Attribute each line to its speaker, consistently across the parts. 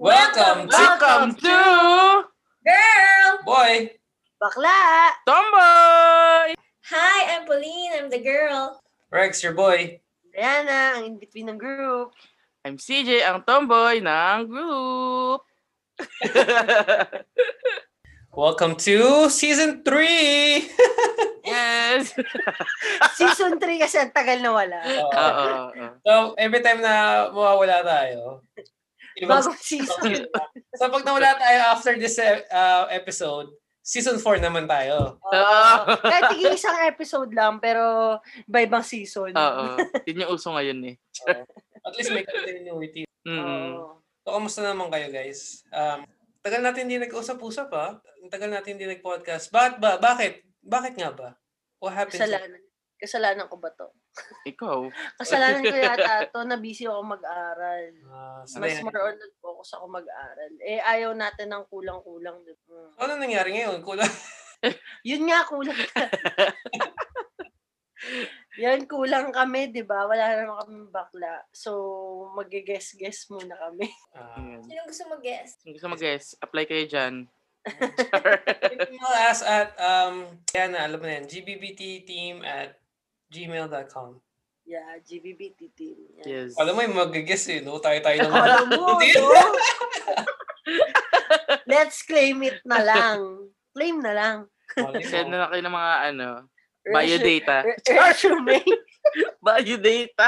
Speaker 1: Welcome to
Speaker 2: Welcome to
Speaker 3: Girl!
Speaker 1: Boy.
Speaker 3: Bakla!
Speaker 2: Tomboy!
Speaker 3: Hi, I'm Pauline. I'm the girl.
Speaker 1: Rex, your boy.
Speaker 3: Rihanna, ang in-between ng group.
Speaker 2: I'm CJ, ang tomboy ng group.
Speaker 1: Welcome to season 3.
Speaker 2: yes!
Speaker 3: Season 3 kasi ang tagal na wala.
Speaker 2: Oo. oo.
Speaker 1: So, every time na mawawala tayo, ibang
Speaker 3: Bagong season.
Speaker 1: So, pag nawala tayo after this uh, episode, season 4 naman tayo.
Speaker 3: Oo. Kahit tigil isang episode lang, pero iba-ibang season.
Speaker 2: Oo. Yun yung uso ngayon eh.
Speaker 1: At least may continuity.
Speaker 2: Mm.
Speaker 3: Oo.
Speaker 1: So, kamusta naman kayo, guys? Um, tagal natin hindi nag-usap-usap, ha? Ang Tagal natin hindi nag-podcast. Bakit ba? Bakit? Bakit nga ba? What happened?
Speaker 3: Kasalanan. Kasalanan ko ba to?
Speaker 2: Ikaw.
Speaker 3: Kasalanan ko yata to na busy ako mag-aral.
Speaker 1: Ah,
Speaker 2: Ano
Speaker 1: so,
Speaker 3: Mas
Speaker 1: ayan.
Speaker 3: more on nag-focus ako mag-aral. Eh, ayaw natin ng kulang-kulang. di ba?
Speaker 1: ano nangyari ngayon? Kulang.
Speaker 3: Yun nga, kulang ka. Yan, kulang kami, di ba? Wala naman kami bakla. So, mag-guess-guess muna kami.
Speaker 1: Ah.
Speaker 2: Ayan.
Speaker 3: Sino gusto mag-guess?
Speaker 2: Kung gusto mag-guess, apply kayo dyan.
Speaker 1: email us at um yan na alam mo na yan gbbt team at gmail.com
Speaker 3: Yeah, GBBT team. Yeah.
Speaker 2: yes.
Speaker 1: alam mo yung mag-guess eh no tayo tayo naman
Speaker 3: Alam mo,
Speaker 1: Hindi.
Speaker 3: no? Let's claim it na lang. Claim na lang.
Speaker 2: Send na lang kayo ng mga ano, bio
Speaker 3: Resu-
Speaker 2: data.
Speaker 3: re- Resume.
Speaker 2: Bio data.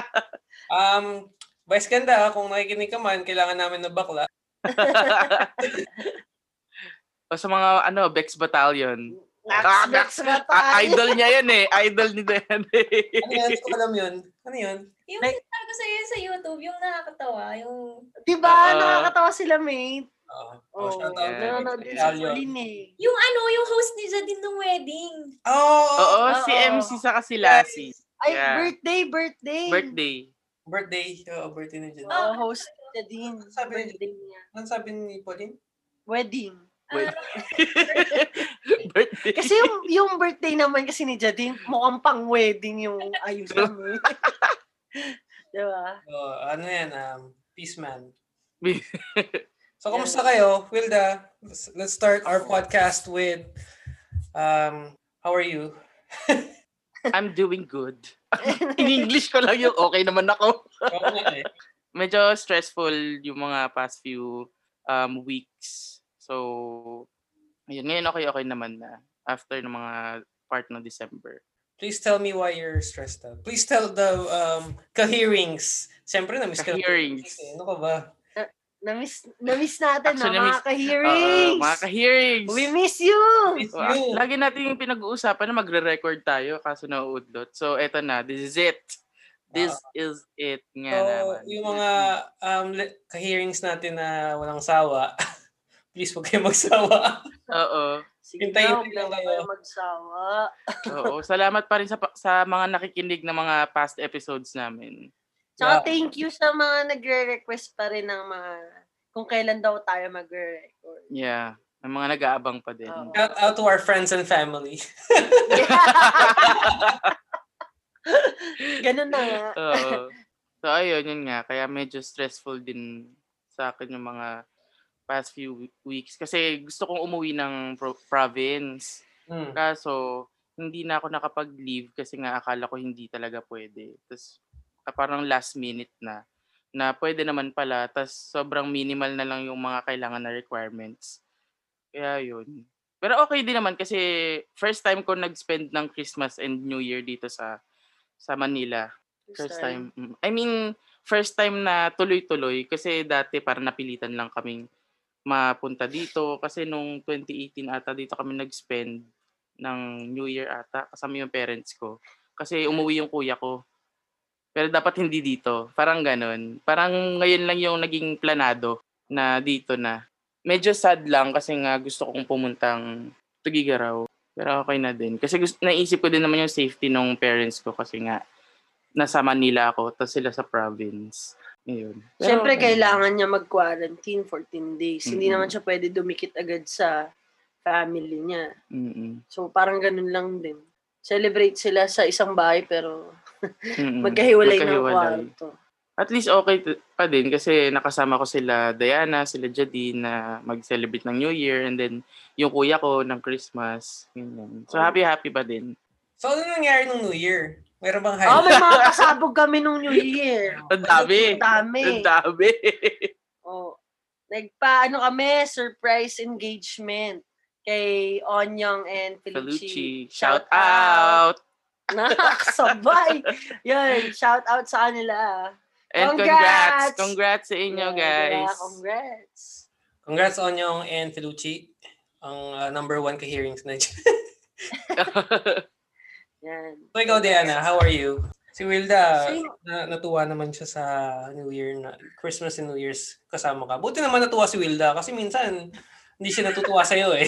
Speaker 1: um Vice Ganda, kung nakikinig ka man, kailangan namin ng bakla.
Speaker 2: o sa mga ano, Bex Battalion. Ah,
Speaker 3: Next, next
Speaker 2: Bex-
Speaker 3: na
Speaker 2: Ah,
Speaker 3: tayo.
Speaker 2: idol niya yan eh. Idol niya yan eh.
Speaker 1: Ano yun? Hindi ko alam yun. Ano yun?
Speaker 4: Yung
Speaker 3: Like-
Speaker 4: like, ko sa sa YouTube, yung nakakatawa, yung
Speaker 3: Di ba?
Speaker 2: Oo.
Speaker 3: Nakakatawa sila, mate.
Speaker 1: Oo. Oh,
Speaker 3: Oh,
Speaker 1: shout out.
Speaker 2: yeah.
Speaker 3: nanonood din
Speaker 1: Yeah.
Speaker 3: sa Pauline eh.
Speaker 4: yung ano, yung host ni Jadine ng wedding.
Speaker 1: Oh,
Speaker 2: Oo,
Speaker 3: Oo.
Speaker 2: si MC saka si Lassie.
Speaker 3: Ay,
Speaker 2: Yeah.
Speaker 3: birthday, birthday.
Speaker 2: Birthday.
Speaker 1: Birthday. Oo, birthday na dyan.
Speaker 3: Oh, host na din.
Speaker 1: Sabi niya-
Speaker 3: Birthday niya.
Speaker 1: Ano sabi ni Pauline?
Speaker 3: Wedding.
Speaker 2: Wed-
Speaker 4: Ah,
Speaker 2: birthday.
Speaker 3: Kasi yung, yung birthday naman kasi ni Jadine, mukhang pang wedding yung ayos mo. eh. diba?
Speaker 1: Oh, ano yan? Um, peace man.
Speaker 2: Peace.
Speaker 1: so, kumusta kayo? Wilda, let's, let's start our podcast with um, how are you?
Speaker 2: I'm doing good. In English ko lang yung okay naman ako.
Speaker 1: Oo nga eh.
Speaker 2: Medyo stressful yung mga past few um, weeks. So, ayun, ngayon okay-okay naman na after ng mga part ng December.
Speaker 1: Please tell me why you're stressed out. Please tell the um, ka-hearings. Siyempre, na-miss ka. ng
Speaker 2: Ka-hearings.
Speaker 1: hearings eh. Ano ka ba?
Speaker 3: Namiss, namiss natin na,
Speaker 2: Actually,
Speaker 3: mga
Speaker 2: namiss-
Speaker 3: ka-hearings.
Speaker 2: Oo, mga ka-hearings!
Speaker 3: We miss you!
Speaker 1: It's
Speaker 2: Wa-
Speaker 1: you.
Speaker 2: Lagi natin yung pinag-uusapan na magre-record tayo kaso nauudlot. So, eto na. This is it. This is it nga
Speaker 1: So,
Speaker 2: naman.
Speaker 1: yung mga um, le- ka-hearings natin na walang sawa, please huwag kayo magsawa.
Speaker 2: Oo.
Speaker 3: Sige
Speaker 1: Hintayin
Speaker 3: na, huwag
Speaker 1: lang
Speaker 3: na
Speaker 1: kayo.
Speaker 3: kayo magsawa.
Speaker 2: Oo. Salamat pa rin sa, pa- sa mga nakikinig ng mga past episodes namin.
Speaker 1: Yeah.
Speaker 3: Tsaka thank you sa mga nagre-request pa rin ng mga kung kailan daw tayo magre-record.
Speaker 2: Yeah. May mga nag-aabang pa din.
Speaker 3: Oo.
Speaker 1: Shout out to our friends and family.
Speaker 3: Ganun na nga.
Speaker 2: Oo. So, ayun, yun nga. Kaya medyo stressful din sa akin yung mga past few we- weeks. Kasi gusto kong umuwi ng pro- province.
Speaker 1: Hmm.
Speaker 2: Kaso, hindi na ako nakapag-leave kasi nga akala ko hindi talaga pwede. Tapos, ah, parang last minute na, na pwede naman pala. Tapos, sobrang minimal na lang yung mga kailangan na requirements. Kaya yun. Pero okay din naman kasi first time ko nag-spend ng Christmas and New Year dito sa sa Manila. First time. Mm. I mean, first time na tuloy-tuloy kasi dati parang napilitan lang kaming mapunta dito kasi nung 2018 ata dito kami nag-spend ng New Year ata kasama yung parents ko. Kasi umuwi yung kuya ko. Pero dapat hindi dito. Parang ganun. Parang ngayon lang yung naging planado na dito na. Medyo sad lang kasi nga gusto kong pumuntang Tugigaraw. Pero okay na din. Kasi gusto, naisip ko din naman yung safety ng parents ko kasi nga nasa Manila ako tapos sila sa province. Ayun. Pero ano
Speaker 3: Siyempre,
Speaker 2: okay.
Speaker 3: kailangan niya mag-quarantine 14 days. Hindi
Speaker 2: Mm.
Speaker 3: naman siya pwede dumikit agad sa family niya.
Speaker 2: Mm-mm.
Speaker 3: So, parang ganun lang din. Celebrate sila sa isang bahay pero
Speaker 2: Mm-mm.
Speaker 3: magkahiwalay ng
Speaker 2: Mm, Magkahiwalay.
Speaker 3: kwarto.
Speaker 2: At least okay t- pa din kasi nakasama ko sila Diana, sila Jadine na mag-celebrate ng New Year and then yung kuya ko ng Christmas. Ganyan.
Speaker 3: Oh.
Speaker 2: So happy-happy pa din.
Speaker 1: So, ano nangyari nung New Year? Meron bang highlight?
Speaker 3: Oh, may mga pasabog kami nung New Year.
Speaker 2: Ang dami.
Speaker 3: Ang dami.
Speaker 2: Ang dami.
Speaker 3: Oh. Nagpa, ano kami, surprise engagement kay Onyang and Felucci.
Speaker 2: Felucci, shout out.
Speaker 3: Nakakasabay. Yun, shout out sa kanila.
Speaker 2: And
Speaker 3: Congrats!
Speaker 2: congrats. Congrats sa inyo,
Speaker 3: Yun,
Speaker 2: guys.
Speaker 3: diba? Congrats.
Speaker 1: Congrats on yung and Felucci. Ang ah, number one ka-hearings na dyan.
Speaker 3: Yan.
Speaker 1: so, ikaw, Diana, how are you? Si Wilda,
Speaker 3: Same.
Speaker 1: na, natuwa naman siya sa New Year, na, Christmas and New Year's kasama ka. Buti naman natuwa si Wilda kasi minsan hindi siya natutuwa sa'yo eh.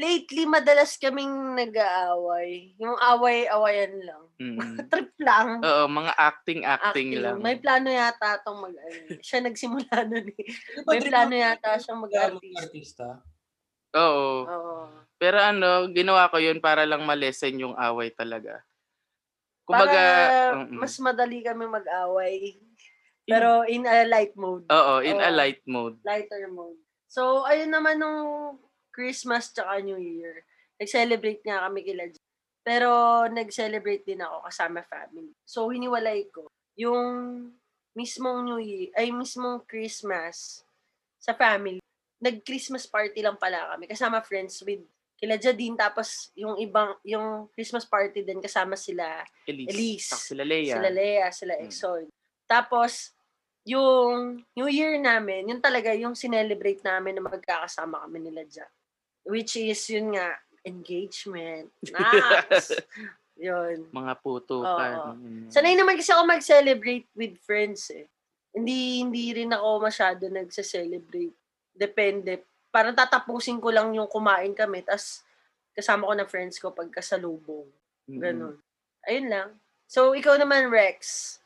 Speaker 3: Lately, madalas kaming nag-aaway. Yung away-awayan lang.
Speaker 2: Mm.
Speaker 3: Trip lang.
Speaker 2: Oo, mga acting-acting
Speaker 3: Acting.
Speaker 2: Oh, lang.
Speaker 3: May plano yata itong mag ano, Siya nagsimula nun eh.
Speaker 1: Ano ba,
Speaker 3: May
Speaker 1: dream
Speaker 3: plano
Speaker 1: mo-
Speaker 3: yata siyang
Speaker 1: Ka
Speaker 3: mag-artist.
Speaker 1: mag-artista.
Speaker 2: Oo.
Speaker 3: Oo.
Speaker 2: Pero ano, ginawa ko yun para lang malesen yung away talaga. Kumbaga,
Speaker 3: Para
Speaker 2: mm-mm.
Speaker 3: mas madali kami mag-away. Pero in a light mode.
Speaker 2: oo, in a
Speaker 3: Oo.
Speaker 2: light mode.
Speaker 3: Lighter mode. So, ayun naman nung Christmas tsaka New Year. Nag-celebrate nga kami kila J- Pero nag-celebrate din ako kasama family. So, hiniwalay ko yung mismong New Year, ay mismong Christmas sa family. Nag-Christmas party lang pala kami kasama friends with kila Jadine tapos yung ibang yung Christmas party din kasama sila
Speaker 2: Elise.
Speaker 3: Elise.
Speaker 2: Saka sila Lea.
Speaker 3: Sila Lea, sila
Speaker 2: Mm.
Speaker 3: Exoid. Tapos, yung New Year namin, yun talaga yung sinelebrate namin na magkakasama kami nila dyan. Which is, yun nga, engagement. Nice! yun.
Speaker 2: Mga puto
Speaker 3: Oo.
Speaker 2: ka.
Speaker 3: Sanay naman kasi ako mag-celebrate with friends eh. Hindi, hindi rin ako masyado nagsa-celebrate. Depende. Parang tatapusin ko lang yung kumain kami, tas kasama ko na friends ko pagkasalubong.
Speaker 2: Mm.
Speaker 3: Ganun. Ayun lang. So, ikaw naman, Rex.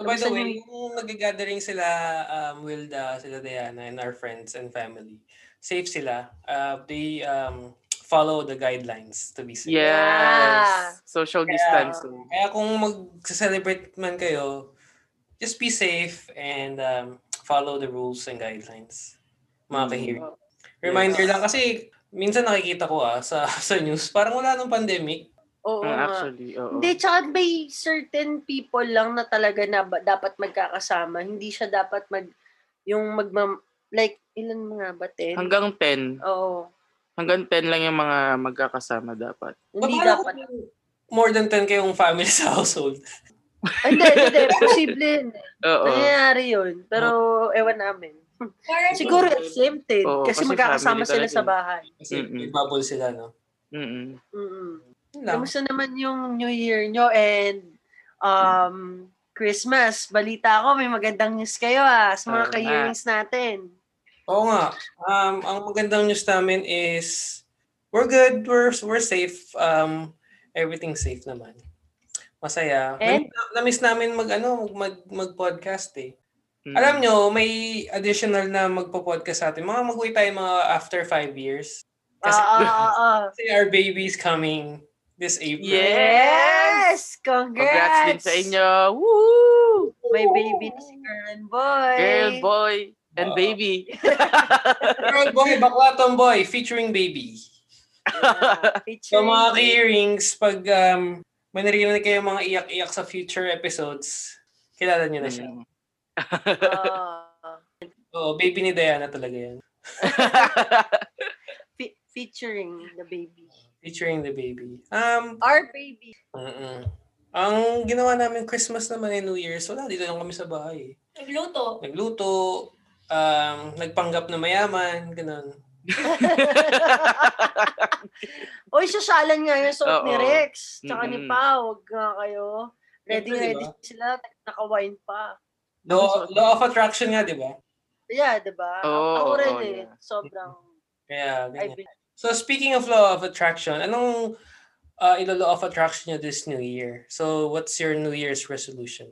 Speaker 1: So by the
Speaker 3: Tapos
Speaker 1: way,
Speaker 3: ano
Speaker 1: yung nag-gathering sila, um, Wilda, sila Diana, and our friends and family, safe sila. Uh, they um, follow the guidelines to be safe.
Speaker 2: Yes.
Speaker 3: Yeah.
Speaker 2: Social
Speaker 1: Kaya-
Speaker 2: distancing.
Speaker 1: Kaya kung mag-celebrate man kayo, just be safe and um, follow the rules and guidelines. Mga
Speaker 2: Mm.
Speaker 1: ka-hearing.
Speaker 3: Oh.
Speaker 1: Reminder
Speaker 3: Yes.
Speaker 1: lang kasi minsan nakikita ko ah, sa, sa news, parang wala nung pandemic.
Speaker 3: Oo
Speaker 2: Mm,
Speaker 3: nga.
Speaker 2: actually, oo.
Speaker 3: Hindi, tsaka may certain people lang na talaga na ba- dapat magkakasama. Hindi siya dapat mag, yung magma, like, ilan mga ba, 10?
Speaker 2: Hanggang 10.
Speaker 3: eh? Oo.
Speaker 2: Hanggang 10 lang yung mga magkakasama dapat.
Speaker 3: Hindi
Speaker 1: Paano
Speaker 3: dapat.
Speaker 1: kung more than 10 kayong family sa household?
Speaker 3: Ay, Hindi, hindi, hindi. Posible yun. eh.
Speaker 2: Oo.
Speaker 3: Nangyayari yun. Pero, ewan namin.
Speaker 4: Parang
Speaker 3: Siguro it's same thing.
Speaker 2: Oo,
Speaker 3: kasi,
Speaker 2: kasi
Speaker 3: magkakasama
Speaker 2: family
Speaker 3: sila
Speaker 2: talaga
Speaker 3: sa
Speaker 2: eh.
Speaker 3: bahay.
Speaker 1: Kasi
Speaker 2: Mm-mm.
Speaker 1: may bubble sila, no?
Speaker 2: Mm-mm.
Speaker 3: Mm-mm.
Speaker 1: Yun lang.
Speaker 3: Kamusta naman yung New Year nyo and um, Christmas? Balita ko, may magandang news kayo ah sa mga
Speaker 2: Tama.
Speaker 3: ka-hearings natin.
Speaker 1: Oo nga. Um, ang magandang news namin is we're good, we're, we're safe. Um, everything's safe naman. Masaya.
Speaker 3: And-
Speaker 1: Namiss, namiss namin mag, ano, mag, mag, podcast eh.
Speaker 2: Hmm.
Speaker 1: Alam nyo, may additional na magpo-podcast sa atin. Mga mag-wait tayo mga after five years. Kasi,
Speaker 3: Ah, ah, ah, ah.
Speaker 1: kasi our baby's coming this April.
Speaker 2: Yeah.
Speaker 3: Yes! Congrats!
Speaker 2: Congrats din sa inyo. Woo!
Speaker 3: May baby na si girl and boy.
Speaker 2: Girl, boy, and
Speaker 1: Oo.
Speaker 2: baby.
Speaker 1: Girl, boy, bakla, tomboy, featuring baby.
Speaker 3: Yeah.
Speaker 1: So mga ka-earrings, pag um, may narinig kayo mga iyak-iyak sa future episodes, kilala niyo na siya.
Speaker 2: Mm.
Speaker 3: Ah.
Speaker 1: Oo, baby ni Diana talaga yan.
Speaker 3: Fe- featuring the baby.
Speaker 1: Featuring the baby. Um,
Speaker 3: Our baby.
Speaker 1: mm-mm. Ang ginawa namin Christmas naman and New Year's, wala, dito lang kami sa bahay.
Speaker 4: Nagluto.
Speaker 1: Nagluto, um, nagpanggap na mayaman, ganun.
Speaker 3: Oy, sasalan nga yung suot ni
Speaker 2: Oo.
Speaker 3: Rex. Tsaka ni
Speaker 2: Mm-mm.
Speaker 3: Pau. Huwag nga kayo. Ready,
Speaker 1: Siyempre,
Speaker 3: ready sila. Naka-wine pa.
Speaker 1: Law, law of attraction nga, di ba?
Speaker 3: Yeah, di ba?
Speaker 2: Oo,
Speaker 3: Ako rin
Speaker 2: oo,
Speaker 3: eh.
Speaker 2: yeah.
Speaker 3: Sobrang.
Speaker 1: Kaya,
Speaker 3: I've
Speaker 1: ganyan.
Speaker 3: been-
Speaker 1: So speaking of law of attraction, anong uh, ilo-law of attraction nyo this new year? So what's your new year's resolution?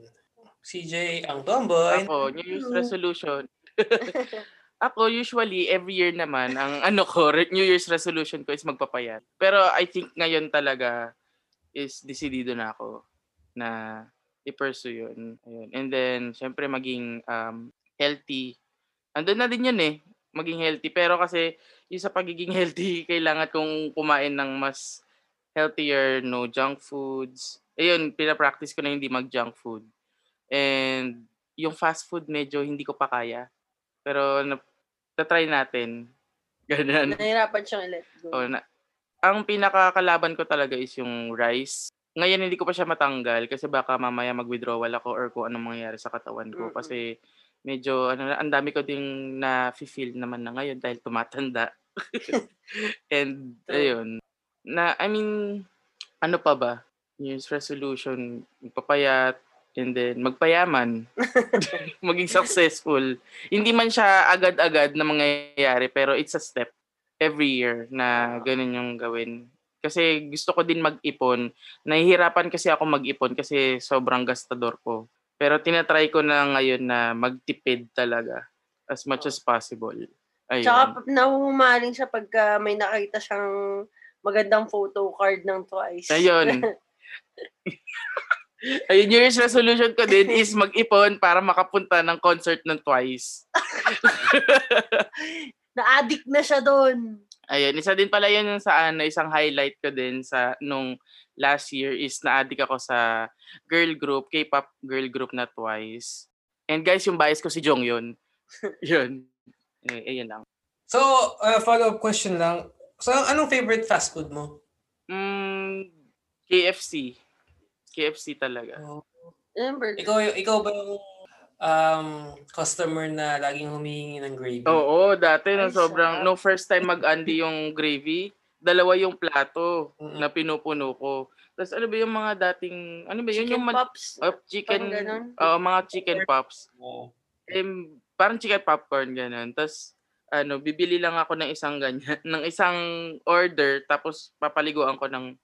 Speaker 1: CJ, ang tomboy.
Speaker 2: Ako, New Year's resolution. Ako, usually, every year naman, ang ano ko, re- New Year's resolution ko is magpapayat. Pero I think ngayon talaga is decidido na ako. na i-pursue yun. Ayun. And then, syempre, maging um, healthy. Andun na din yun eh, maging healthy. Pero kasi, yung sa pagiging healthy, kailangan kong kumain ng mas healthier, no junk foods. Ayun, pinapractice ko na hindi mag-junk food. And yung fast food, medyo hindi ko pa kaya. Pero, na- tatry natin. Ganun.
Speaker 3: Nahirapan siyang i-let go.
Speaker 2: Ano? Oh, na, ang pinakakalaban ko talaga is yung rice. Ngayon hindi ko pa siya matanggal kasi baka mamaya mag-withdrawal ako or kung anong mangyayari sa katawan ko
Speaker 3: Mm-mm.
Speaker 2: kasi medyo ano na, ang dami ko ding na feel naman na ngayon dahil tumatanda. And
Speaker 3: True.
Speaker 2: ayun. Na I mean ano pa ba? New Year's resolution, magpapayat and then magpayaman. Maging successful. Hindi man siya agad-agad na mangyayari pero it's a step every year na ganun yung gawin. Kasi gusto ko din mag-ipon. Nahihirapan kasi ako mag-ipon kasi sobrang gastador ko. Pero tinatry ko na ngayon na magtipid talaga as much as possible. Ayun.
Speaker 3: Tsaka nahuhumaling siya pagka may nakita siyang magandang photo card ng twice.
Speaker 2: Ayun. Ayun, New Year's resolution ko din is mag-ipon para makapunta ng concert ng Twice.
Speaker 3: Na-addict na siya doon.
Speaker 2: Ayun, isa din pala yun yung sa ano, isang highlight ko din sa nung last year is na-addict ako sa girl group, K-pop girl group na Twice. And guys, yung bias ko si Jong yun. yun. Eh, ayun lang.
Speaker 1: So, uh, follow-up question lang. So, anong favorite fast food mo?
Speaker 2: Mm, KFC. KFC talaga.
Speaker 3: Remember?
Speaker 2: Eh,
Speaker 1: Ikaw, ikaw ba yung um, customer na laging humihingi ng gravy?
Speaker 2: Oo, dati
Speaker 3: Ay,
Speaker 2: nung sobrang,
Speaker 3: sarap.
Speaker 2: no first time mag-undi yung gravy, dalawa yung plato
Speaker 1: Mm-mm.
Speaker 2: na pinupuno ko. Tapos ano ba yung mga dating, ano ba yun
Speaker 3: Chicken
Speaker 2: yung mal-
Speaker 3: pops.
Speaker 2: Oh, chicken, oh.
Speaker 3: Parang ganun.
Speaker 2: oo, mga chicken pops.
Speaker 1: Oo.
Speaker 2: Em, parang chicken popcorn, ganun. Tapos, ano, bibili lang ako ng isang ganyan, ng isang order, tapos papaliguan ko ng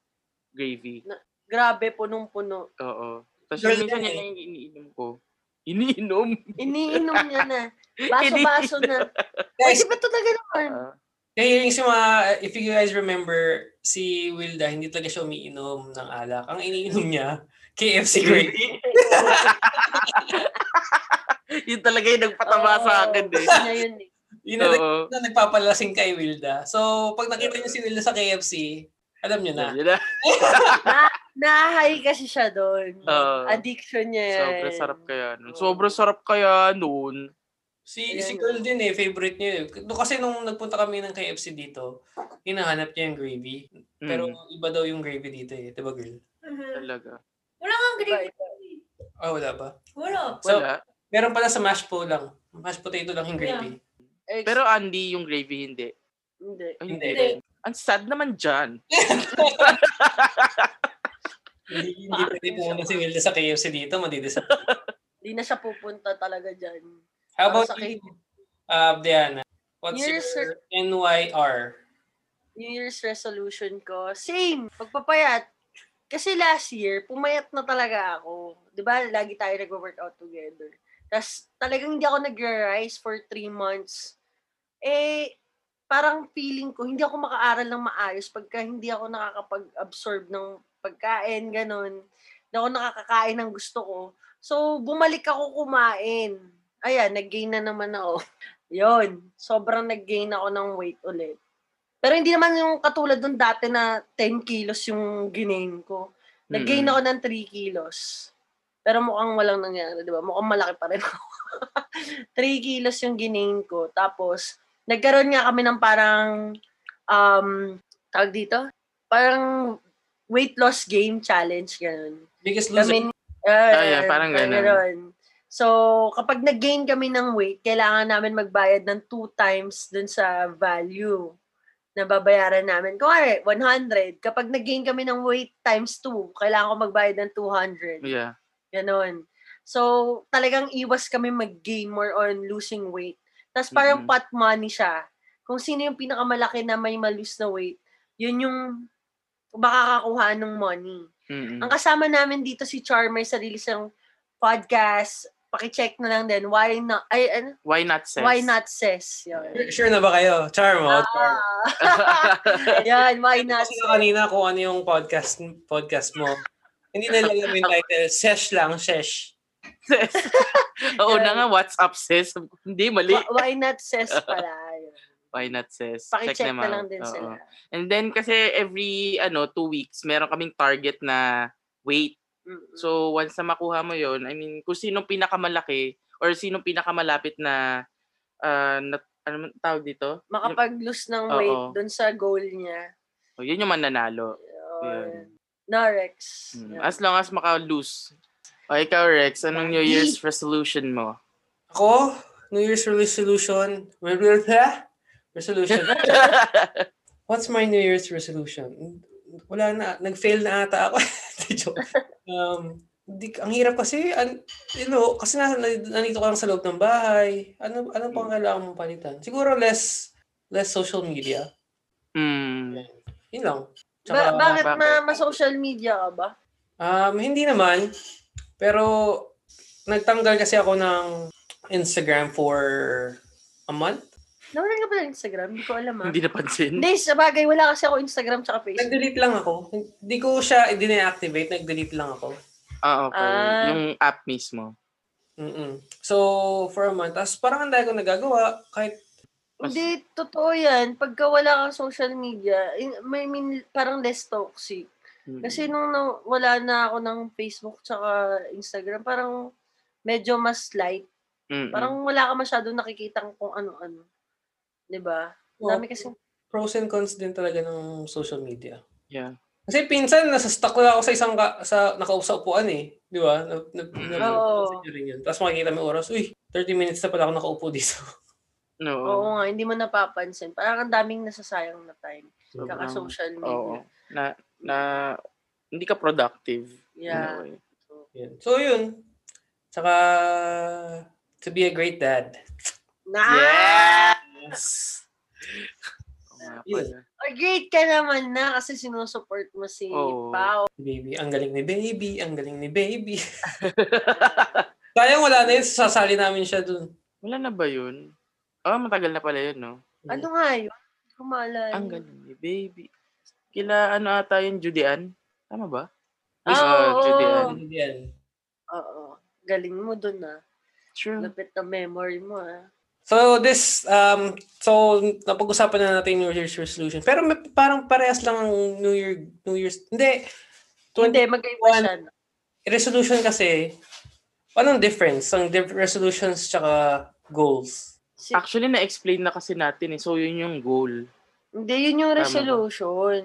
Speaker 2: gravy.
Speaker 3: Grabe, punong-puno.
Speaker 2: Oo. Tapos
Speaker 1: Girl
Speaker 2: yun, minsan
Speaker 1: yan
Speaker 2: yun lang yung iniinom ko. Iniinom?
Speaker 3: Iniinom niya na. Baso-baso na. Ay,
Speaker 1: Guys,
Speaker 3: di ba talaga naman?
Speaker 2: Ah,
Speaker 1: Kaya yung si mga, if you guys remember, si Wilda, hindi talaga siya umiinom ng alak. Ang iniinom niya, KFC
Speaker 2: Mm-hmm.
Speaker 1: gravy.
Speaker 2: yun talaga yung nagpatama sa akin
Speaker 3: Oo,
Speaker 2: eh.
Speaker 3: gusto niya yun eh.
Speaker 1: Yun Oh. na,
Speaker 2: Oo.
Speaker 1: na nagpapalasing kay Wilda. So, pag nakita niyo si Wilda sa KFC, alam niyo na.
Speaker 2: Yun na.
Speaker 3: Nahay kasi siya doon.
Speaker 2: Oo.
Speaker 3: Addiction niya yan.
Speaker 2: Sobrang sarap kaya nun.
Speaker 3: Oo.
Speaker 2: Sobrang sarap kaya nun.
Speaker 1: Si,
Speaker 3: Ayan.
Speaker 1: si girl din eh, favorite niya eh. No, Kasi nung nagpunta kami ng KFC dito, hinahanap niya yung gravy.
Speaker 2: Mm,
Speaker 1: Pero iba daw yung gravy dito eh. Diba girl?
Speaker 4: Mhm.
Speaker 2: talaga.
Speaker 4: Wala kang
Speaker 3: Iba,
Speaker 4: grip.
Speaker 3: iba.
Speaker 1: Ah, wala ba?
Speaker 4: Wala.
Speaker 1: So,
Speaker 2: Wala.
Speaker 1: meron pala sa mashed po lang. Mashed potato lang yung gravy.
Speaker 3: Ex-
Speaker 2: Pero Andy, yung gravy, hindi.
Speaker 3: hindi.
Speaker 2: Ay,
Speaker 1: Hindi.
Speaker 2: hindi. Ang sad naman dyan.
Speaker 1: Hindi, hindi pwede pumunta si Wilda sa KFC dito, madidis
Speaker 3: Hindi na siya pupunta talaga dyan.
Speaker 1: How about
Speaker 3: Para sa
Speaker 1: you, uh, Diana? What's
Speaker 3: Yes,
Speaker 1: your NYR?
Speaker 3: New Year's resolution ko, same, pagpapayat. Kasi last year, pumayat na talaga ako. 'Di ba lagi tayo nag-workout together. Tapos talagang hindi ako nag-rise for three months. Eh, parang feeling ko, hindi ako makaaral ng maayos pagka hindi ako nakakapag-absorb ng pagkain, ganun. Hindi ako nakakakain ng gusto ko. So, bumalik ako kumain. Ayan, nag-gain na naman ako. Yun, sobrang nag-gain ako ng weight ulit. Pero hindi naman yung katulad nung dati na 10 kilos yung ginain ko. Nag-gain
Speaker 2: Mm-mm.
Speaker 3: ako ng 3 kilos. Pero mukhang walang nangyari, di ba? Mukhang malaki pa rin ako. 3 kilos yung ginain ko. Tapos, nagkaroon nga kami ng parang, um, tawag dito? Parang weight loss game challenge, ganun.
Speaker 1: Biggest loser.
Speaker 3: Kami, Ah,
Speaker 2: Ah, yeah, parang ganun.
Speaker 3: So, kapag nag-gain kami ng weight, kailangan namin magbayad ng two times dun sa value na babayaran namin. Kung 100. Kapag nag-gain kami ng weight times two, kailangan ko magbayad ng 200.
Speaker 2: Yeah.
Speaker 3: Ganon. So, talagang iwas kami mag-game more on losing weight. Tapos parang
Speaker 2: Mhm.
Speaker 3: pot money siya. Kung sino yung pinakamalaki na may malus na weight, yun yung makakakuha ng money.
Speaker 2: Mm-mm.
Speaker 3: Ang kasama namin dito si Charmer, sarili siyang podcast. Pakicheck na lang din. Why not? Ay, ano?
Speaker 2: Why not sex?
Speaker 3: Why not says? Yun.
Speaker 1: Sure na ba kayo? Charm, oh. Charm.
Speaker 3: Ah, yan, why not?
Speaker 1: Kasi na kanina kung ano yung podcast podcast mo. Hindi na lang yung title. Sesh lang, sesh.
Speaker 2: Sis. Oo na nga, what's up, sis? Hindi, mali.
Speaker 3: Wh- Why not says pala? Ayun.
Speaker 2: Why not, sis?
Speaker 3: Pakicheck
Speaker 2: them
Speaker 3: na lang
Speaker 2: out.
Speaker 3: din
Speaker 2: Oo.
Speaker 3: sila.
Speaker 2: And then, kasi every, ano, two weeks, meron kaming target na weight.
Speaker 3: Mm-mm.
Speaker 2: So, once na makuha mo yon I mean, kung sinong pinakamalaki or sinong pinakamalapit na, ah, na ano man tawag dito?
Speaker 3: makapag-lose ng weight
Speaker 2: Oo.
Speaker 3: dun sa goal niya.
Speaker 2: Oh, yun yung mananalo.
Speaker 3: Or, Norex.
Speaker 2: Mm,
Speaker 3: Yun.
Speaker 2: As long as maka-lose. O, ikaw, Rex, anong New Year's resolution mo?
Speaker 1: Ako, New Year's resolution. Resolution. What's my New Year's resolution? Wala na. Nag-fail na ata ako. Hindi, joke. Um, di, ang hirap kasi, an, you know, kasi na, nandito ka lang sa loob ng bahay. Ano, ano pang kailangan mong palitan? Siguro less less social media.
Speaker 2: mm,
Speaker 1: Yun lang.
Speaker 3: Ba-
Speaker 1: Tsaka-
Speaker 3: bakit
Speaker 2: bakit?
Speaker 3: ma- ma-social media ka ba?
Speaker 1: Um, hindi naman. Pero, nagtanggal kasi ako ng Instagram for a month.
Speaker 3: Nawalan ka ba ng Instagram? Hindi ko alam ah.
Speaker 2: hindi napansin.
Speaker 3: Hindi, sa bagay, wala kasi ako Instagram tsaka Facebook.
Speaker 1: Nag-delete lang ako. Hindi ko siya dine-activate. Nag-delete lang ako.
Speaker 2: Ah, okay.
Speaker 3: Ah.
Speaker 2: Yung app mismo.
Speaker 1: mm So, for a month. Tapos parang ang dahil ko nagagawa. Kahit,
Speaker 2: Mas-
Speaker 3: Hindi, totoo yan. Pagka wala kang social media, in- may mean, parang less toxic.
Speaker 2: Mm.
Speaker 3: Kasi nung na- wala na ako ng Facebook tsaka Instagram, parang medyo mas light.
Speaker 2: Mm-mm.
Speaker 3: Parang wala ka masyado nakikitang kung ano-ano. 'Di ba?
Speaker 1: oh,
Speaker 3: Dami kasi
Speaker 1: pros and cons din talaga ng social media.
Speaker 2: Yeah.
Speaker 1: Kasi pinsan, nasa stuck na ako sa isang ka, sa nakaupuan eh. Di ba? Na, na, na,
Speaker 3: Mm.
Speaker 1: na-
Speaker 3: Oo.
Speaker 1: rin yun. Tapos makikita mo yung oras, uy, 30 minutes na pala ako nakaupo dito.
Speaker 2: No.
Speaker 3: Oo nga, hindi mo napapansin. Parang ang daming nasasayang na time.
Speaker 2: Sobrang-
Speaker 3: Kaka-social
Speaker 2: Oo.
Speaker 3: media.
Speaker 2: Na, na, hindi ka productive. in a
Speaker 3: Yeah.
Speaker 2: way.
Speaker 1: Yun. So, yun. Tsaka, to be a great dad.
Speaker 3: Ah! Na!
Speaker 1: Yes.
Speaker 2: Oo nga
Speaker 1: Yun.
Speaker 2: pala.
Speaker 3: Or great ka naman na kasi sinusupport mo si
Speaker 2: Oo.
Speaker 3: Pao.
Speaker 1: Baby, ang galing ni baby, ang galing ni baby. Sayang wala na yun, sasali namin siya dun.
Speaker 2: Wala na ba yun? Oh, matagal na pala yun, no?
Speaker 3: Ano nga yun? Hindi ko maalala.
Speaker 2: Mm. Ang galing ni baby. Kila ano ata yung Judian? Tama ba?
Speaker 3: Ah,
Speaker 2: Ah,
Speaker 3: oo,
Speaker 2: Judian.
Speaker 1: Hindi yan.
Speaker 3: Oo. Galing mo dun ah.
Speaker 2: True.
Speaker 3: Lapit na memory mo ah.
Speaker 1: So this um so napag-usapan na natin New Year's resolution. Pero may, parang parehas lang ang New Year New Year's. Hindi. 20
Speaker 3: Hindi, mag-iwa siya. no?
Speaker 1: resolution kasi anong difference ang diff- resolutions tsaka goals?
Speaker 3: Si-
Speaker 2: Actually, na-explain na kasi natin eh. So, yun yung goal.
Speaker 3: Hindi, yun yung
Speaker 2: Tama ba?
Speaker 3: resolution.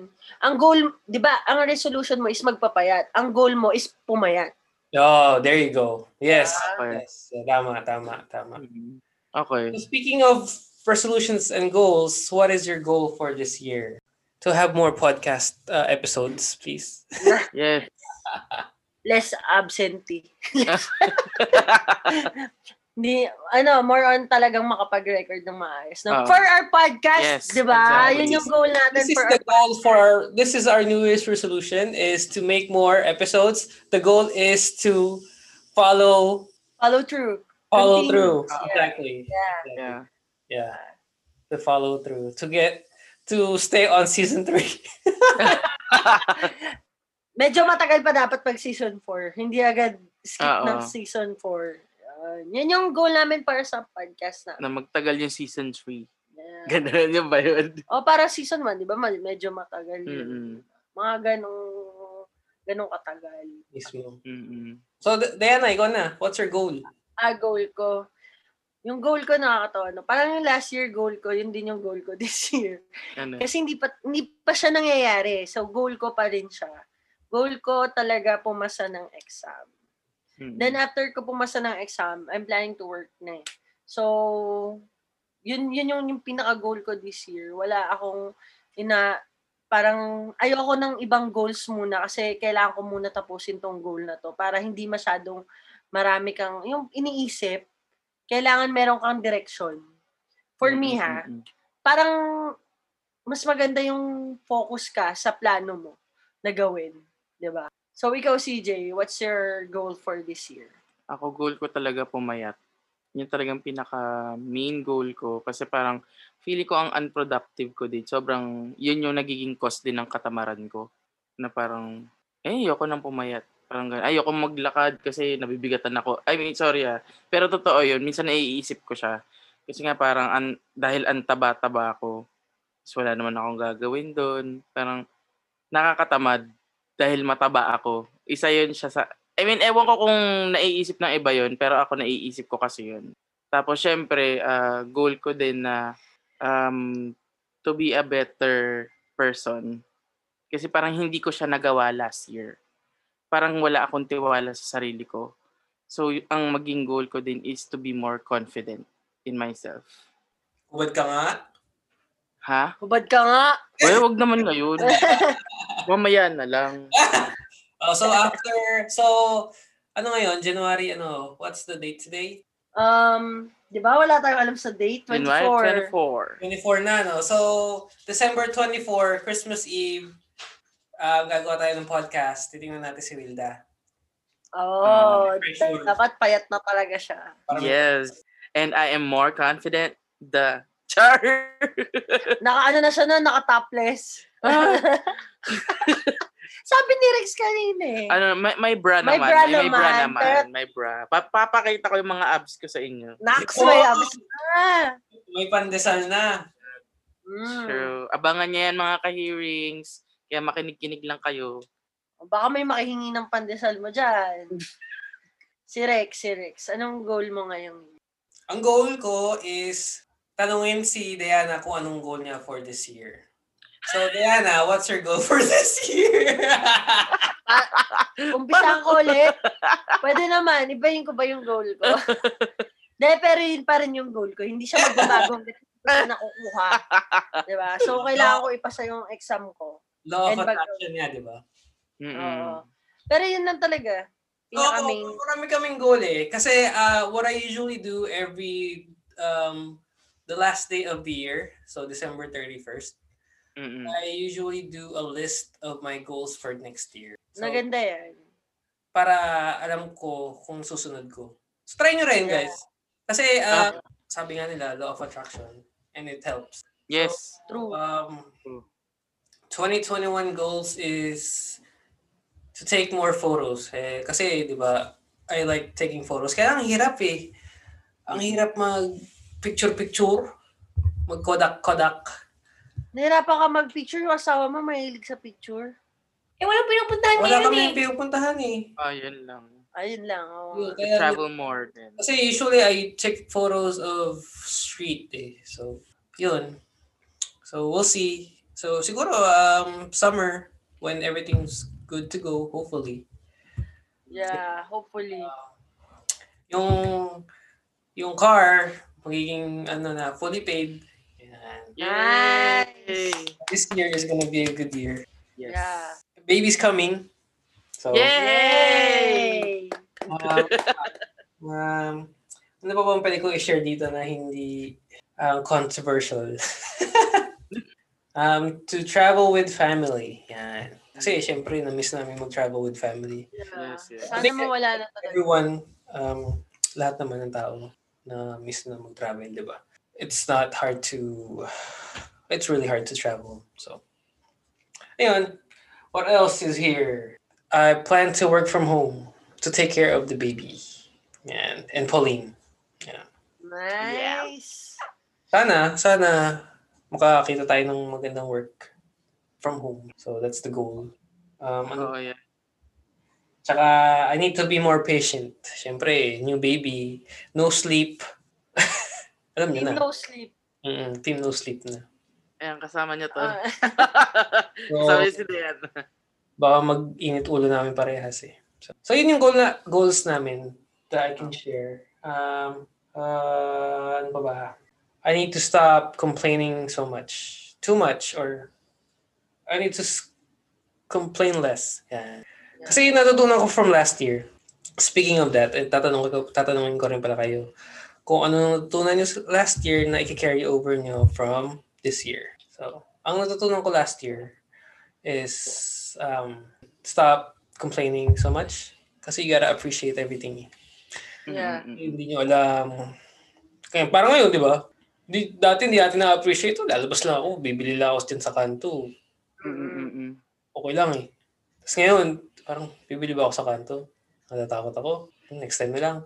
Speaker 3: Ang goal, di ba, ang resolution mo is magpapayat. Ang goal mo is pumayat.
Speaker 1: Oh, there you go. Yes.
Speaker 3: Ah,
Speaker 2: Okay.
Speaker 1: Yes. Tama, tama, tama.
Speaker 2: Mm. Okay.
Speaker 1: So Speaking of resolutions and goals, what is your goal for this year? To have more podcast uh, episodes, please.
Speaker 2: Yes.
Speaker 3: Less absentee. Hindi, ano, more on talagang makapag-record ng maayos. No?
Speaker 2: Oo.
Speaker 3: For our podcast,
Speaker 2: Yes,
Speaker 3: di ba?
Speaker 2: exactly.
Speaker 3: Yun yung goal natin
Speaker 1: this is
Speaker 3: for
Speaker 1: the
Speaker 3: our
Speaker 1: goal for our, this is our new year's resolution is to make more episodes the goal is to follow
Speaker 3: follow through.
Speaker 1: follow
Speaker 3: Continue.
Speaker 1: through
Speaker 3: Yeah.
Speaker 1: exactly
Speaker 3: Yeah.
Speaker 1: Exactly.
Speaker 2: Yeah.
Speaker 1: yeah to follow through to get to stay on season three
Speaker 3: Medyo matagal pa dapat pag season 4. Hindi agad skip
Speaker 2: Ah, Oo.
Speaker 3: ng season 4. Yun. yun yung goal namin para sa podcast na.
Speaker 2: na magtagal yung season 3.
Speaker 3: Yeah.
Speaker 2: Ganun yun ba yun?
Speaker 3: O para season 1, di ba? ma- Medyo matagal. yun.
Speaker 2: Mm-mm.
Speaker 3: Mga ganong, ganong katagal.
Speaker 1: Mismo.
Speaker 2: Mm-mm.
Speaker 1: so D- Diana ikaw na what's your goal
Speaker 3: Ah, goal ko. Yung goal ko nakakatawa. No? Parang yung last year goal ko, yun din yung goal ko this year.
Speaker 2: Ano?
Speaker 3: Kasi hindi pa, hindi pa siya nangyayari. So, goal ko pa rin siya. Goal ko talaga pumasa ng exam.
Speaker 2: Mm-mm.
Speaker 3: Then, after ko pumasa ng exam, I'm planning to work na eh. So, yun, yun yung, yung pinaka-goal ko this year. Wala akong ina... Parang ayoko ng ibang goals muna kasi kailangan ko muna tapusin tong goal na to para hindi masyadong marami kang... Yung iniisip, kailangan meron kang direction. For me ha,
Speaker 2: Mm-mm.
Speaker 3: parang mas maganda yung focus ka sa plano mo na gawin, 'di ba? So ikaw CJ, what's your goal for this year?
Speaker 2: Ako goal ko talaga pumayat. Yun talagang pinaka main goal ko kasi parang feeling ko ang unproductive ko din. Sobrang yun yung nagiging cause din ng katamaran ko na parang eh ayoko nang pumayat. Parang ganun. Ayoko maglakad kasi nabibigatan ako. I mean, sorry ah. Pero totoo yun. Minsan naiisip ko siya. Kasi nga parang an- dahil ang taba-taba ako, tapos wala naman akong gagawin doon. Parang nakakatamad dahil mataba ako. Isa yun siya sa... I mean, ewan ko kung naiisip ng iba yun, pero ako naiisip ko kasi yun. Tapos syempre, ah, goal ko din na um, to be a better person. Kasi parang hindi ko siya nagawa last year. Parang wala akong tiwala sa sarili ko. So, y- ang maging goal ko din is to be more confident in myself.
Speaker 1: Ubad ka nga.
Speaker 2: Ha?
Speaker 3: Hubad ka nga.
Speaker 2: Well, wag naman ngayon. Mamaya na lang.
Speaker 1: Oh, so after, so, ano ngayon, January, ano, what's the date today?
Speaker 3: Um, di ba wala tayong alam sa date? 24.
Speaker 2: January 24.
Speaker 1: 24 na, no? So, December 24, Christmas Eve, ah gagawa tayo ng podcast. Titingnan natin si Wilda.
Speaker 3: Oh,
Speaker 1: Ah, for sure.
Speaker 3: dapat payat na talaga siya.
Speaker 1: Para-
Speaker 2: Yes. And I am more confident the char.
Speaker 3: Naka ano na siya na, naka-topless.
Speaker 2: Ah.
Speaker 3: Sabi ni Rex kanina eh.
Speaker 2: ano, may, may bra
Speaker 3: May
Speaker 2: naman.
Speaker 3: bra
Speaker 2: may, may bra
Speaker 3: naman,
Speaker 2: naman.
Speaker 3: pero-
Speaker 2: May bra. Pa- papakita ko yung mga abs ko sa inyo.
Speaker 3: Nax,
Speaker 1: Oh!
Speaker 3: may abs na.
Speaker 1: May pandesal na.
Speaker 3: Mm.
Speaker 2: True. Abangan niya yan mga ka-hearings. Kaya makinig-kinig lang kayo.
Speaker 3: Baka may makihingi ng pandesal mo dyan. si Rex, si Rex. Anong goal mo ngayong
Speaker 1: Ang goal ko is tanungin si Diana kung anong goal niya for this year. So, Diana, what's your goal for this year?
Speaker 3: Umpisahan ko ulit. Pwede naman. Ibahin ko ba yung goal ko? Hindi, pero yun pa rin yung goal ko. Hindi siya magbabago hanggang hindi ko nakukuha. Diba? So, kailangan ko ipasa yung exam ko.
Speaker 1: Law of
Speaker 3: And bag-
Speaker 1: attraction niya, di ba?
Speaker 2: Mm-mm.
Speaker 3: Oo. Pero yun lang talaga. Pinaka
Speaker 1: Oo,
Speaker 3: main.
Speaker 1: marami kaming goal eh. Kasi uh, what I usually do every, um, the last day of the year, so December 31st,
Speaker 2: Mm-mm.
Speaker 1: I usually do a list of my goals for next year. So,
Speaker 3: Naganda yan.
Speaker 1: para alam ko kung susunod ko. So, try nyo rin,
Speaker 3: Yeah.
Speaker 1: guys. Kasi, uh, sabi nga nila, law of attraction, and it helps.
Speaker 2: Yes.
Speaker 3: True.
Speaker 1: Um,
Speaker 2: True.
Speaker 1: 2021 goals is to take more photos. Eh, kasi, di ba, I like taking photos. Kaya ang hirap eh. Ang hirap mag picture-picture, mag Kodak-Kodak.
Speaker 3: Nahirapan ka mag-picture. Yung asawa mo mahilig sa picture.
Speaker 4: Eh, walang pinupuntahan
Speaker 1: Wala
Speaker 4: ngayon
Speaker 1: kami
Speaker 4: eh.
Speaker 1: pinupuntahan eh.
Speaker 2: Ah, yun lang.
Speaker 3: Ayun lang. oo.
Speaker 1: Yun,
Speaker 2: To
Speaker 1: kaya-
Speaker 2: travel more din.
Speaker 1: kasi usually I take photos of street eh. So, yun. So, we'll see. So, siguro um, summer when everything's good to go, hopefully.
Speaker 3: Yeah, hopefully.
Speaker 1: yung yung car magiging ano na fully paid Yan.
Speaker 2: Yay!
Speaker 1: this year is gonna be a good year
Speaker 2: Yes.
Speaker 3: Yeah.
Speaker 1: baby's coming so
Speaker 2: Yay!
Speaker 3: Yay!
Speaker 1: um, um, ano pa bang pwede ko i-share dito na hindi um, controversial um, to travel with family yan kasi syempre na-miss namin mag-travel with family
Speaker 3: Yeah.
Speaker 2: Yes, yes.
Speaker 3: Sana mawala na talaga.
Speaker 1: everyone, um, lahat naman ng tao na miss na mag-travel, di ba? It's not hard to, it's really hard to travel. So, ayun, what else is here? I plan to work from home to take care of the baby and, and Pauline.
Speaker 3: Nice.
Speaker 1: Sana, sana makakita tayo ng magandang work from home. So, that's the goal. Um, ano
Speaker 2: Oh, yeah.
Speaker 1: Tsaka, I need to be more patient. Siyempre, new baby, no sleep. Alam niyo
Speaker 3: Need
Speaker 1: na.
Speaker 3: no sleep.
Speaker 1: Mm, team no sleep na.
Speaker 2: Ayan, kasama niya to.
Speaker 3: Ah.
Speaker 2: kasama
Speaker 1: So,
Speaker 2: niya si Dian.
Speaker 1: baka mag-init ulo namin parehas eh. So, so yun yung goal na, goals namin that I can share. Um, uh, ano pa ba? I need to stop complaining so much. Too much or I need to s- complain less. Yan. Kasi yun natutunan ko from last year. Speaking of that, eh, tatanong ko, tatanungin ko rin pala kayo kung ano natutunan nyo s- last year na i-carry over nyo from this year. So, ang natutunan ko last year is um, stop complaining so much kasi you gotta appreciate everything.
Speaker 3: Yeah.
Speaker 2: Mm-mm.
Speaker 1: Hindi nyo alam. Kaya parang ngayon, di ba? Di, dati hindi natin na-appreciate. Oh, lalabas lang ako, bibili lang ako dyan sa kanto.
Speaker 2: Mm-mm.
Speaker 1: Okay lang eh. Tapos ngayon, parang bibili ba ako sa kanto? Natatakot ako. Next time na lang.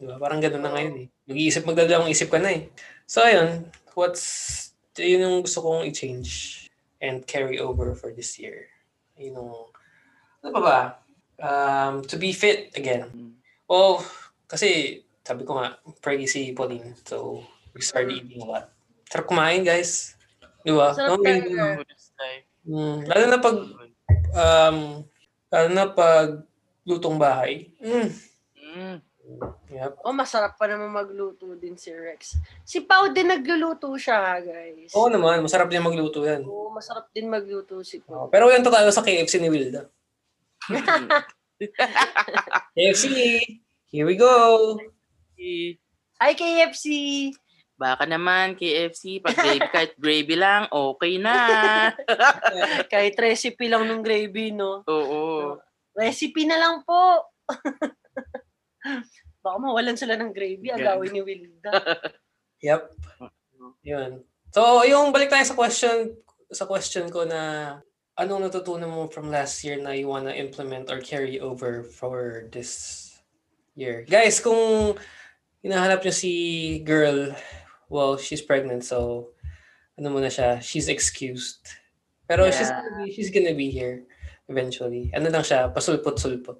Speaker 1: Di ba? Parang ganun na ngayon eh. Mag-iisip, magdadalawang isip ka na eh. So ayun, what's, yun yung gusto kong i-change and carry over for this year. Yun yung, ano pa ba? Um, to be fit again.
Speaker 2: Mm.
Speaker 1: Well, kasi sabi ko nga, preggy si Pauline. So, we started eating a lot. Sarap kumain, guys. Di ba?
Speaker 3: Sarap
Speaker 1: No, yun
Speaker 3: talaga.
Speaker 1: yung-
Speaker 2: First life.
Speaker 1: Mm, lalo na pag um, lalo na pag lutong bahay. Mm.
Speaker 2: Mm.
Speaker 1: Yep.
Speaker 3: Oh, masarap pa naman magluto din si Rex. Si Pau din nagluluto siya, guys.
Speaker 1: Oo naman, masarap din magluto yan.
Speaker 3: Oo, masarap din magluto si
Speaker 1: Oo,
Speaker 3: Pau.
Speaker 1: pero yung totoo sa KFC ni Wilda. KFC, here we go.
Speaker 2: Eh,
Speaker 3: Hi, KFC!
Speaker 2: Baka naman, KFC, pag gravy, kahit gravy lang, okay na.
Speaker 3: Kahit recipe lang ng gravy, no?
Speaker 2: Oo.
Speaker 3: Recipe na lang po! Baka mawalan sila ng gravy, agawin ni Wilda.
Speaker 1: Yep. Yun. So, yung balik tayo sa question sa question ko na anong natutunan mo from last year na you wanna implement or carry over for this year? Guys, kung hinahanap niyo si girl, well, she's pregnant, so ano muna siya, she's excused. Pero she's
Speaker 2: Yeah.
Speaker 1: gonna be, she's gonna be here eventually. Ano lang siya, pasulpot-sulpot.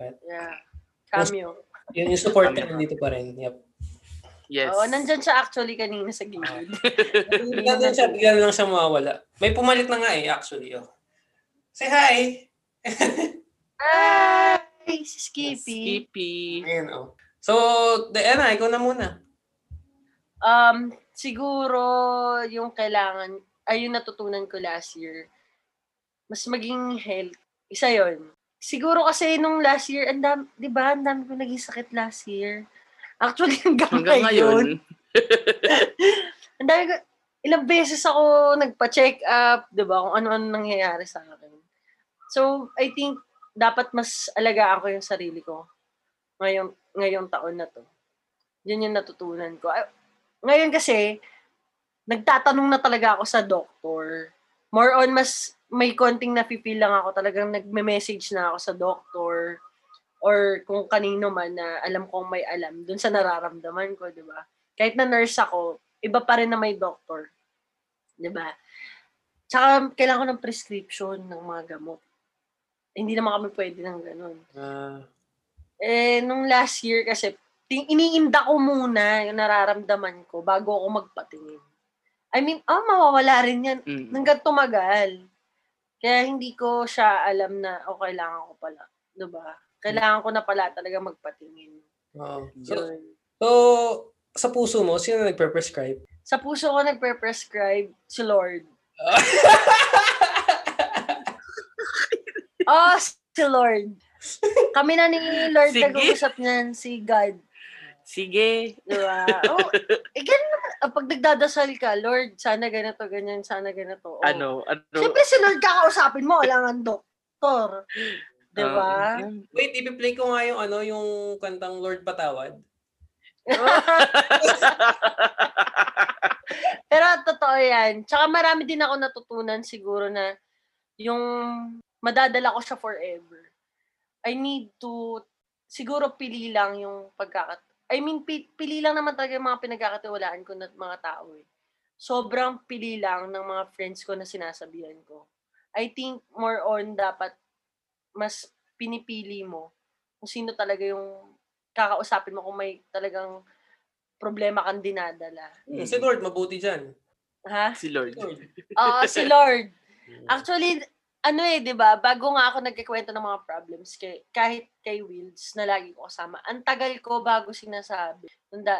Speaker 3: Yeah. Cameo.
Speaker 1: Yun yung support niya dito pa rin. Yep.
Speaker 2: Yes.
Speaker 3: Oo, nandyan siya actually kanina sa gilid.
Speaker 1: Bigla lang siya, bigla lang siya mawawala. May pumalit na nga eh, actually. Oh. Say hi!
Speaker 3: Hi! Si Skippy.
Speaker 2: Skippy.
Speaker 1: Ayan, oh. So, Diana, ikaw na muna.
Speaker 3: Um, siguro yung kailangan, ay yung natutunan ko last year, mas maging health. Isa yon. Siguro kasi nung last year, ang dam- di ba, ang dami ko naging sakit last year. Actually, hanggang,
Speaker 2: Hanggang
Speaker 3: ngayon,
Speaker 2: ngayon.
Speaker 3: Ang dami ko, ilang beses ako nagpa-check up, di ba, kung ano-ano nangyayari sa akin. So, I think, dapat mas alagaan ko yung sarili ko ngayong, ngayong taon na to. Yun yung natutunan ko. Ah, Ngayon kasi, nagtatanong na talaga ako sa doktor. More on, mas may konting napipil lang ako. Talagang nagme-message na ako sa doktor or kung kanino man na alam kong may alam dun sa nararamdaman ko, di ba? kahit na nurse ako, iba pa rin na may doctor. 'Di ba? Tsaka kailangan ko ng prescription ng mga gamot. Hindi naman kami pwede ng ganun.
Speaker 1: Ah,
Speaker 3: Eh, nung last year kasi, ting- iniinda ko muna yung nararamdaman ko bago ako magpatingin. I mean, ah, mawawala rin yan
Speaker 2: Mm.
Speaker 3: hanggang tumagal. Kaya hindi ko siya alam na, o kailangan ko pala. 'di ba? Kailangan ko na pala talaga magpatingin.
Speaker 1: oo. So,
Speaker 3: Yun.
Speaker 1: so, sa puso mo, sino nagpe-prescribe?
Speaker 3: Sa puso ko nagpe-prescribe si Lord. Oh, si Lord. Kami na ni Lord
Speaker 2: Sige.
Speaker 3: nag-uusap niyan, si God.
Speaker 2: Sige.
Speaker 3: Di ba? Oh, eh, ganun naman. Ah, Pag nagdadasal ka, Lord, sana ganito, ganyan, sana ganito. Oh.
Speaker 2: Ano? Ano?
Speaker 3: Siyempre si Lord kakausapin mo, wala nga doktor. Di
Speaker 2: Um,
Speaker 3: ba?
Speaker 2: yun.
Speaker 1: Wait, ipi-play ko nga yung ano, yung kantang Lord Patawad.
Speaker 3: Pero totoo yan. Tsaka marami din ako natutunan siguro na yung madadala ko siya forever. I need to, siguro pili lang yung pagkakat... I mean, pi- pili lang naman talaga yung mga pinagkakatiwalaan ko ng mga tao eh. Sobrang pili lang ng mga friends ko na sinasabihan ko. I think more on dapat mas pinipili mo kung sino talaga yung kakausapin mo kung may talagang problema kang dinadala.
Speaker 1: Hmm, si Lord, mabuti dyan.
Speaker 3: Ha?
Speaker 2: si Lord.
Speaker 1: Si Lord.
Speaker 3: Oo, si Lord.
Speaker 1: Hmm.
Speaker 3: Actually, ano eh, di ba, bago nga ako nagkikwento ng mga problems, kay, kahit kay Wills na lagi ko kasama, ang tagal ko bago sinasabi. Nanda,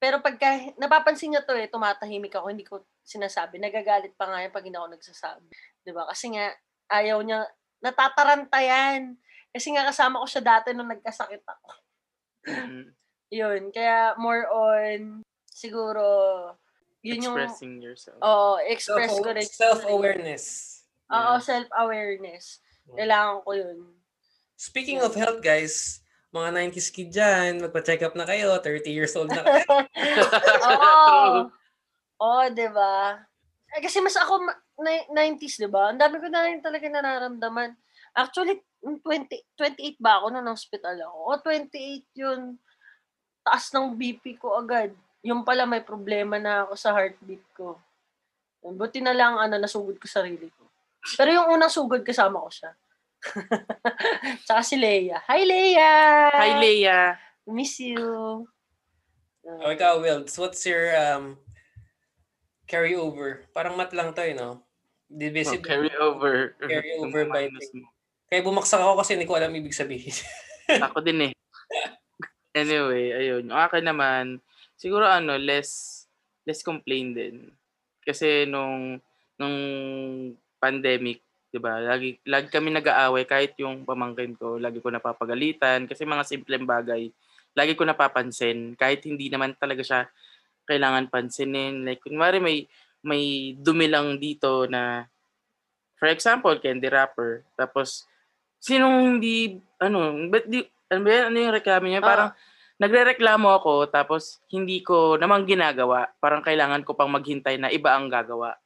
Speaker 3: pero pagka, napapansin niya to eh, tumatahimik ako, hindi ko sinasabi. Nagagalit pa nga yan pag hindi ako nagsasabi. Di ba? Kasi nga, ayaw niya, natataranta yan. Kasi nga kasama ko siya dati nung nagkasakit ako
Speaker 2: Mm.
Speaker 3: yun. Kaya more on, siguro, yun yung, Oh,
Speaker 2: Expressing yourself.
Speaker 3: oo, express ko
Speaker 1: Self-
Speaker 3: rin.
Speaker 1: Self-awareness.
Speaker 3: Oo, self-awareness.
Speaker 2: Mm.
Speaker 3: Kailangan ko yun.
Speaker 1: Speaking of health, guys, mga 90s kid dyan, magpa-check up na kayo, 30 years old na kayo.
Speaker 2: True.
Speaker 3: Oo. Oo, di ba? Eh, Kasi mas ako, ma- ni- 90s, di ba? Ang dami ko na rin talaga nararamdaman. Actually, yung 20, 28 ba ako nung hospital ako? O 28 yun. Taas ng BP ko agad. Yung pala may problema na ako sa heartbeat ko. Buti na lang ano, nasugod ko sarili ko. Pero yung unang sugod kasama ko siya. Tsaka si Leia. Hi, Leia!
Speaker 2: Hi, Leia.
Speaker 3: Miss you.
Speaker 1: Oh, ikaw, Wilds, what's your um, carryover? Parang mat lang to, eh, you know?
Speaker 2: Oh,
Speaker 1: Divisible.
Speaker 2: carry over.
Speaker 1: Carry over by
Speaker 2: Minus mo.
Speaker 1: Kaya bumaksak ako kasi hindi ko alam ibig sabihin.
Speaker 2: Ako din eh. Anyway, ayun. Yung akin naman, siguro ano, less less complain din. Kasi nung nung pandemic, 'di ba? Lagi lagi kami nag-aaway kahit yung pamangkin ko, lagi ko napapagalitan kasi mga simpleng bagay lagi ko napapansin kahit hindi naman talaga siya kailangan pansinin. Like kunwari may may dumi lang dito na for example, candy wrapper. Tapos sinong hindi ano, but di, ano, ba yan? ano yung reklamo niya? Parang nagrereklamo ako tapos hindi ko naman ginagawa. Parang kailangan ko pang maghintay na iba ang gagawa.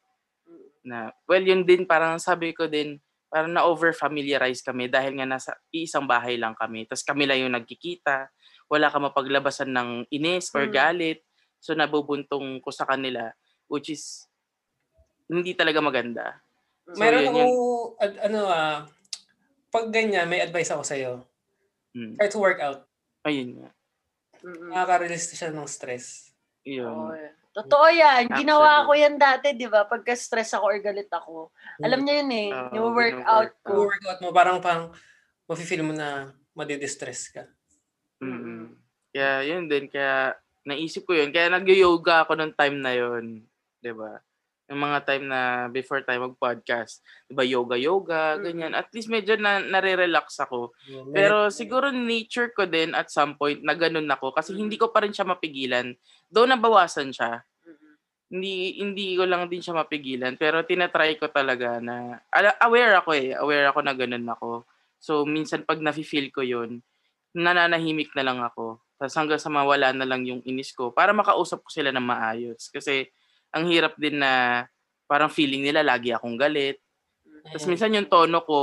Speaker 2: Na, well, yun din parang sabi ko din, parang na-over-familiarize kami dahil nga nasa iisang bahay lang kami. Tapos kami lang yung nagkikita. Wala ka mapaglabasan ng inis or
Speaker 3: Mm.
Speaker 2: galit. So nabubuntong ko sa kanila which is hindi talaga maganda. So,
Speaker 1: Meron
Speaker 2: yun,
Speaker 1: ako, ad- ano ah, pag ganyan, may advice ako sa'yo.
Speaker 2: Mm.
Speaker 1: Try to work out.
Speaker 2: Ayun nga.
Speaker 3: Mm-mm.
Speaker 1: Nakaka-release siya ng stress.
Speaker 2: Yun.
Speaker 3: Oo. eh. Totoo yan. Ginawa
Speaker 2: Actually.
Speaker 3: ko yan dati, di ba? Pagka-stress ako or galit ako. Alam niyo yun eh.
Speaker 2: Oo,
Speaker 3: yung workout
Speaker 2: ginaworkout.
Speaker 1: Yung
Speaker 3: ko.
Speaker 1: workout mo, parang pang, mafe-feel mo na madidistress ka.
Speaker 3: Mm-mm.
Speaker 2: mm Kaya yun din, kaya naisip ko yun. Kaya nag-yoga ako nung time na yun. 'di ba? Yung mga time na before tayo mag-podcast. 'di ba yoga-yoga, ganyan. At least medyo na, nare-relax ako.
Speaker 1: Yung may-
Speaker 2: Pero siguro nature ko din at some point na ganun ako kasi hindi ko pa rin siya mapigilan. Though nabawasan siya,
Speaker 3: Mm-mm.
Speaker 2: hindi hindi ko lang din siya mapigilan pero tinatry ko talaga na ala- aware ako eh aware ako na ganun ako so minsan pag nafe-feel ko yun nananahimik na lang ako tapos hanggang sa mawala na lang yung inis ko para makausap ko sila ng maayos kasi ang hirap din na parang feeling nila lagi akong galit tapos
Speaker 1: Ayun.
Speaker 2: minsan yung tono ko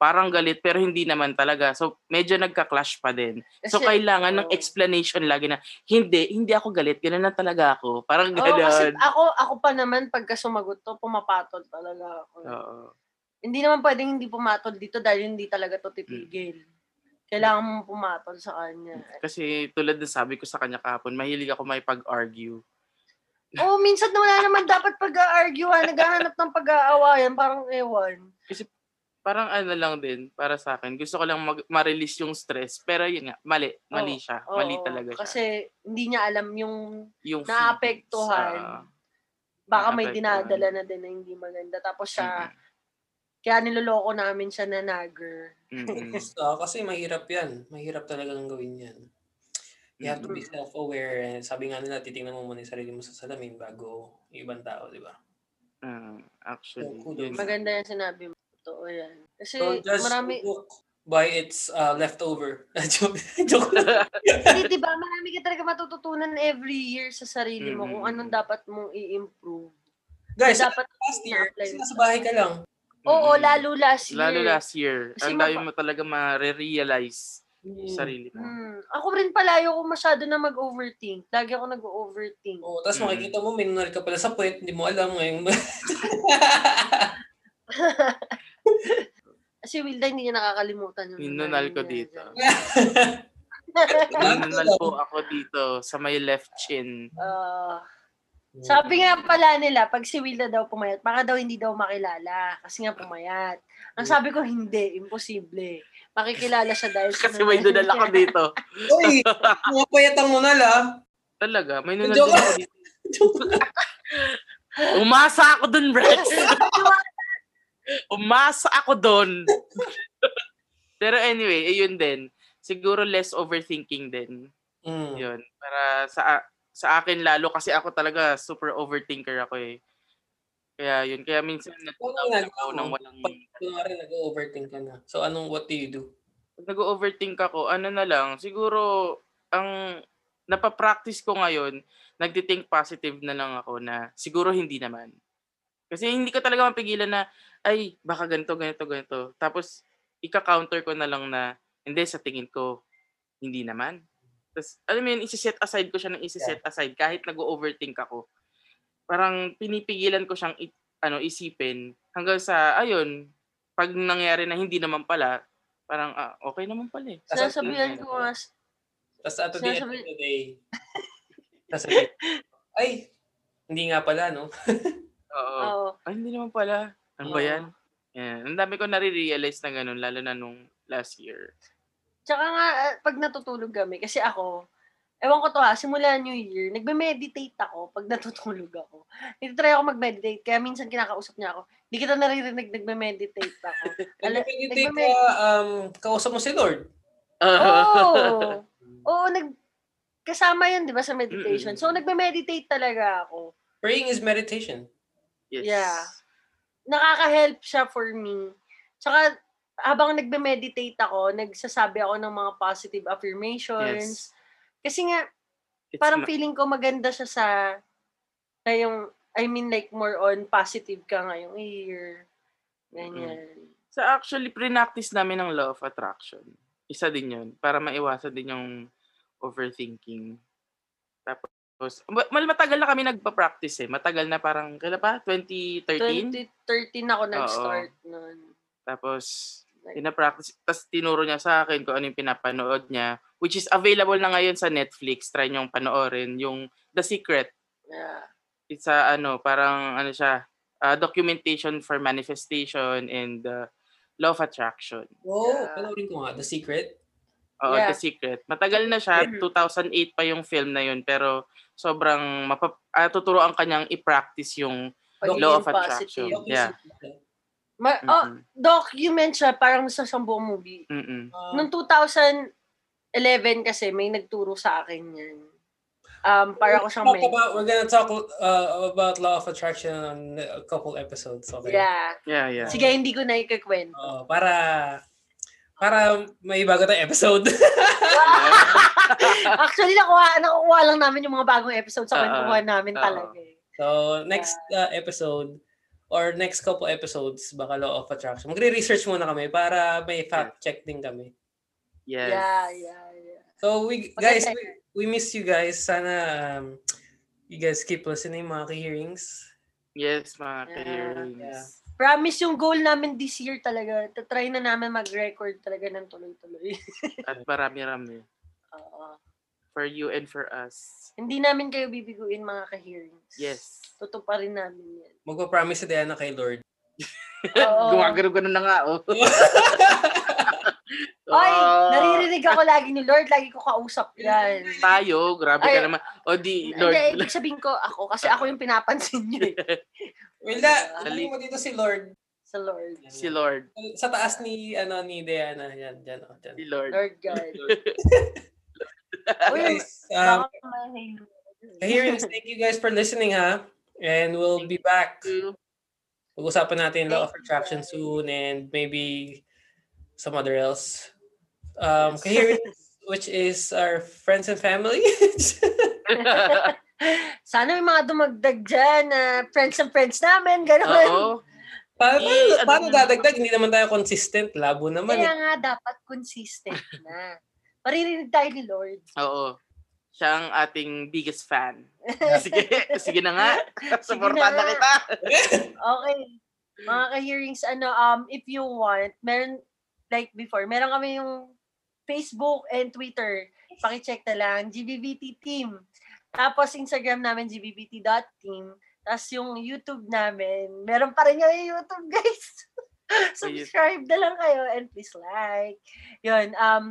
Speaker 2: parang galit pero hindi naman talaga so medyo nagka-clash pa din so
Speaker 3: Kasi-
Speaker 2: kailangan ng
Speaker 3: oo.
Speaker 2: explanation lagi na hindi hindi ako galit ganun na talaga ako parang
Speaker 3: Oo, kasi
Speaker 2: ganun
Speaker 3: ako, ako pa naman, pagka sumagot to, pumapatol talaga ako.
Speaker 2: Oo.
Speaker 3: Hindi naman pwedeng hindi pumatol dito dahil hindi talaga to titigil.
Speaker 2: Mm.
Speaker 3: Kailangan mo pumatol sa kanya.
Speaker 2: Kasi tulad na sabi ko sa kanya kahapon, mahilig ako may pag-argue.
Speaker 3: Oo, minsan na wala naman dapat pag-argue. Naghahanap ng pag-aawayan. Parang ewan.
Speaker 2: Parang ano lang din, para sa akin, gusto ko lang mag- ma-release yung stress. Pero yun nga, mali. Mali siya. mali
Speaker 3: Oo,
Speaker 2: talaga siya.
Speaker 3: Kasi hindi niya alam yung
Speaker 2: yung feelings,
Speaker 3: naapektuhan.
Speaker 2: ah,
Speaker 3: baka may
Speaker 2: naapektuhan.
Speaker 3: dinadala na din na hindi maganda. Tapos siya,
Speaker 2: Mm,
Speaker 3: kaya niloloko namin siya na nagger.
Speaker 2: mm, mm, mm.
Speaker 1: Gusto ako kasi mahirap yan. Mahirap talagang gawin yan. You have to be
Speaker 3: Mm.
Speaker 1: self-aware. And sabi nga nila, titingnan mo muna yung sarili mo sa salamin bago yung ibang tao, di ba?
Speaker 2: Ah, actually.
Speaker 1: Kudos.
Speaker 2: yun nga.
Speaker 3: Maganda yan sinabi mo. Totoo yan. Kasi
Speaker 1: Don't judge
Speaker 3: marami,
Speaker 1: a book by its uh, leftover. joke, joke.
Speaker 3: hindi, di ba, marami ka talaga matututunan every year sa sarili mo
Speaker 2: Mm,
Speaker 3: kung
Speaker 2: mm,
Speaker 3: anong
Speaker 2: mm.
Speaker 3: dapat mong i-improve.
Speaker 1: Guys,
Speaker 3: dapat,
Speaker 1: last year,
Speaker 3: na-apply
Speaker 1: kasi
Speaker 3: mo.
Speaker 1: nasa bahay ka lang.
Speaker 3: oo,
Speaker 2: Mm-mm.
Speaker 3: lalo last year.
Speaker 2: Lalo last year.
Speaker 3: Kasi
Speaker 2: ang dami
Speaker 3: mapa-
Speaker 2: mo talaga ma-realize yung
Speaker 1: Sarili.
Speaker 2: sarili mo.
Speaker 3: Hmm. Ako rin pala, ayoko masyado na mag-overthink. Lagi ako nag-overthink.
Speaker 1: Oo, tapos
Speaker 2: Mm.
Speaker 1: makikita mo, minunar ka pala sa point, hindi mo alam ngayon.
Speaker 3: Kasi Wilda, hindi niya nakakalimutan yung
Speaker 2: Minunal ko
Speaker 3: nangyari
Speaker 2: dito.
Speaker 3: niya.
Speaker 2: Minunal po ako dito sa may left chin.
Speaker 3: Ah, Sabi nga pala nila, pag si Wilda daw pumayat, baka daw hindi daw makilala. Kasi nga pumayat. Ang sabi ko, hindi. Imposible. Makikilala siya dahil sa
Speaker 2: Kasi may dunal ako dito.
Speaker 1: Uy, mga payat ang nunal ah.
Speaker 2: Talaga, may
Speaker 1: Joke
Speaker 2: nunal din ako dito. Umasa ako dun, Rex! Umasa ako dun! Pero anyway, ayun din. Siguro less overthinking din.
Speaker 1: Mm.
Speaker 2: Yun. Para sa a- sa akin lalo kasi ako talaga super overthinker ako eh. Kaya yun. Kaya minsan
Speaker 1: ginagawa
Speaker 2: nag-out ako
Speaker 1: mo?
Speaker 2: nang walang...
Speaker 1: Pag kunwari nag-overthink ka na. So anong, what do you do?
Speaker 2: Pag nag-overthink ako, ano na lang, siguro ang napapractice ko ngayon, nagtitink positive na lang ako na siguro hindi naman. Kasi hindi ko talaga mapigilan na, ay, baka ganito, ganito, ganito. Tapos, ika-counter ko na lang na, hindi, sa tingin ko, hindi naman. Tapos, alam mo yun, isi-set aside ko siya ng isi-set aside kahit nag-overthink ako. Parang pinipigilan ko siyang i- ano, isipin hanggang sa, ayun, pag nangyari na hindi naman pala, parang, ah, okay naman pala eh.
Speaker 1: Tapos,
Speaker 3: Sinasabihan ko nga, s-
Speaker 1: Tapos at the end of
Speaker 3: Sinasabi-
Speaker 1: the day, sasabihin, ay, hindi nga pala, no?
Speaker 2: Oo.
Speaker 3: oo.
Speaker 2: Ay, hindi naman pala. Ano ba
Speaker 1: Oo.
Speaker 2: yan? Yan. Ang dami ko nare-realize na ganun, lalo na nung last year.
Speaker 3: Tsaka nga, ah, pag natutulog kami, kasi ako, ewan ko to ha, simula New Year, nagme-meditate ako pag natutulog ako. Nagtatry ako mag-meditate, kaya minsan kinakausap niya ako, hindi kita naririnig, nagme-meditate ako. Ala-
Speaker 1: Alam, you take,
Speaker 3: nagmamed-
Speaker 1: uh, um, kausap mo si Lord.
Speaker 3: Oh, Oo. Oo, nag kasama 'yun 'di ba sa meditation. So nagme-meditate talaga ako.
Speaker 1: Praying is meditation.
Speaker 2: yes.
Speaker 3: yeah. Nakaka-help siya for me. Tsaka habang nagme-meditate ako, nagsasabi ako ng mga positive affirmations.
Speaker 2: Yes.
Speaker 3: Kasi nga
Speaker 2: It's
Speaker 3: parang
Speaker 2: na-
Speaker 3: feeling ko maganda siya sa na yung I mean like more on positive ka ngayong year. Ganyan.
Speaker 2: So actually, pre-practice namin ng law of attraction. Isa din yun. Para maiwasan din yung overthinking. Tapos, ma- mal matagal na kami nagpa-practice eh. Matagal na parang, kailan pa? 2013?
Speaker 3: 2013 ako nag-start nun.
Speaker 2: Tapos, pina-practice. Tapos tinuro niya sa akin kung ano yung pinapanood niya. Which is available na ngayon sa Netflix. Try niyong panoorin. Yung The Secret.
Speaker 3: Yeah.
Speaker 2: it's a ano, parang ano siya, uh, documentation for manifestation and uh, law of attraction.
Speaker 1: Oh,
Speaker 3: Yeah.
Speaker 1: panoorin ko nga, The Secret.
Speaker 2: Oo,
Speaker 3: Yeah.
Speaker 2: The Secret. Matagal na siya,
Speaker 3: Mhm.
Speaker 2: 2008 pa yung film na yun, pero sobrang mapap- ah, tuturuan kanyang i-practice yung
Speaker 3: Pagiging
Speaker 2: Law of
Speaker 3: positive.
Speaker 2: attraction. Mm, Yeah.
Speaker 3: Ma- oh,
Speaker 2: mm
Speaker 3: document siya, parang sa isang buong movie.
Speaker 2: mm
Speaker 1: Um,
Speaker 3: Noong 2011 kasi, may nagturo sa akin yan. Um, para ko siyang
Speaker 1: talk
Speaker 3: may...
Speaker 1: about, we're gonna talk uh, about law of attraction on a couple episodes. Okay.
Speaker 3: Yeah.
Speaker 2: Yeah, yeah.
Speaker 3: Sige, hindi ko na ikakwento.
Speaker 1: Oo, para para may bago tayong episode.
Speaker 3: Actually, nakuha, nakukuha lang namin yung mga bagong episodes sa
Speaker 2: Oo.
Speaker 3: kwentuhan namin
Speaker 2: Oo.
Speaker 3: talaga. eh.
Speaker 1: so, next uh, episode or next couple episodes, baka law of attraction. Magre-research muna kami para may fact-check din kami.
Speaker 2: Yes.
Speaker 3: Yeah, yeah, yeah.
Speaker 1: So, we
Speaker 3: Maganda
Speaker 1: guys,
Speaker 3: yun.
Speaker 1: we, we miss you guys. Sana um, you guys keep listening mga hearings
Speaker 2: Yes, mga
Speaker 3: Yeah,
Speaker 2: ka-hearings.
Speaker 1: yeah.
Speaker 3: Promise yung goal namin this year talaga. Tatry na namin mag-record talaga ng tuloy-tuloy.
Speaker 2: At marami-rami.
Speaker 3: Oo.
Speaker 2: For you and for us.
Speaker 3: Hindi namin kayo bibiguin mga ka-hearings.
Speaker 2: Yes.
Speaker 3: Tutuparin namin yan.
Speaker 1: Magpa-promise si Diana kay Lord.
Speaker 3: Oo.
Speaker 2: Gumagano-gano na nga, oh.
Speaker 3: Ay,
Speaker 2: Oh.
Speaker 3: naririnig ako lagi ni Lord, lagi ko kausap yan.
Speaker 2: tayo, grabe ka
Speaker 3: Ay.
Speaker 2: naman. O di, Lord,
Speaker 3: Hindi, ibig sabihin ko ako, kasi ako yung pinapansin niyo eh,
Speaker 1: Wilda,
Speaker 2: Dali.
Speaker 1: hindi mo ano dito si Lord.
Speaker 3: sa Lord.
Speaker 2: si Lord,
Speaker 1: Sa taas ni ano ni Diana, yan, dyan, oh, dyan.
Speaker 2: si Lord.
Speaker 3: Lord God. Uy,
Speaker 1: Guys, um,
Speaker 3: baka may halo.
Speaker 1: hearings, thank you guys for listening, ha? And we'll be back. Pag-usapan natin law of
Speaker 3: Thank you,
Speaker 1: attraction
Speaker 3: guys.
Speaker 1: soon and maybe some other else. Um,
Speaker 2: Yes.
Speaker 1: Coherence, which is our friends and family.
Speaker 3: Sana may mga dumagdag dyan na friends and friends namin, gano'n.
Speaker 2: Oo.
Speaker 1: paano,
Speaker 2: Eh, ano
Speaker 1: paano
Speaker 2: naman?
Speaker 1: dadagdag? Hindi naman tayo consistent. Labo naman.
Speaker 3: Kaya
Speaker 1: eh.
Speaker 3: nga, dapat consistent na. Maririnig tayo ni Lord.
Speaker 2: Oo. Siya ang ating biggest fan. Ah, Sige, sige na nga. Supportan na
Speaker 3: nga.
Speaker 2: kita.
Speaker 3: Okay. Mga ka-hearings, ano, um, if you want, meron, like before, meron kami yung Facebook and Twitter. Pakicheck na lang, GBBT Team. Tapos Instagram namin, gbbt.team. Tapos yung YouTube namin, meron pa rin yung YouTube, guys. Subscribe na lang kayo and please like. Yun, um,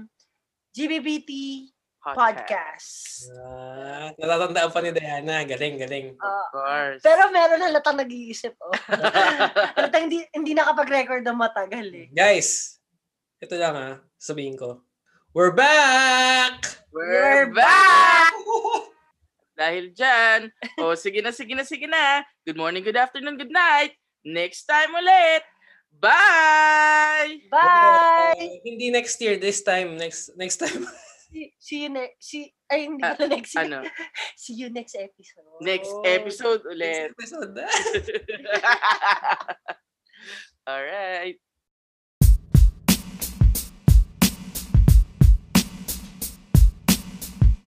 Speaker 3: GBBT Podcast.
Speaker 1: Ah, natatandaan pa ni Diana. Galing, galing.
Speaker 3: Oo.
Speaker 2: Of course.
Speaker 3: pero meron halatang nag-iisip, oh. halatang hindi, hindi nakapag-record na matagal, eh.
Speaker 1: Guys, ito lang ha. Sabihin ko. We're back!
Speaker 3: We're
Speaker 2: We're back! Dahil dyan. O sige na, sige na, sige na. Good morning, good afternoon, good night. Next time ulit. Bye!
Speaker 3: Bye!
Speaker 1: Uh, hindi next year, this time. Next next time.
Speaker 3: See, see you next, see, ay, hindi
Speaker 2: Ah,
Speaker 3: pala next year.
Speaker 2: Ano?
Speaker 3: See you next episode.
Speaker 2: Next episode ulit.
Speaker 1: next episode.
Speaker 2: All right.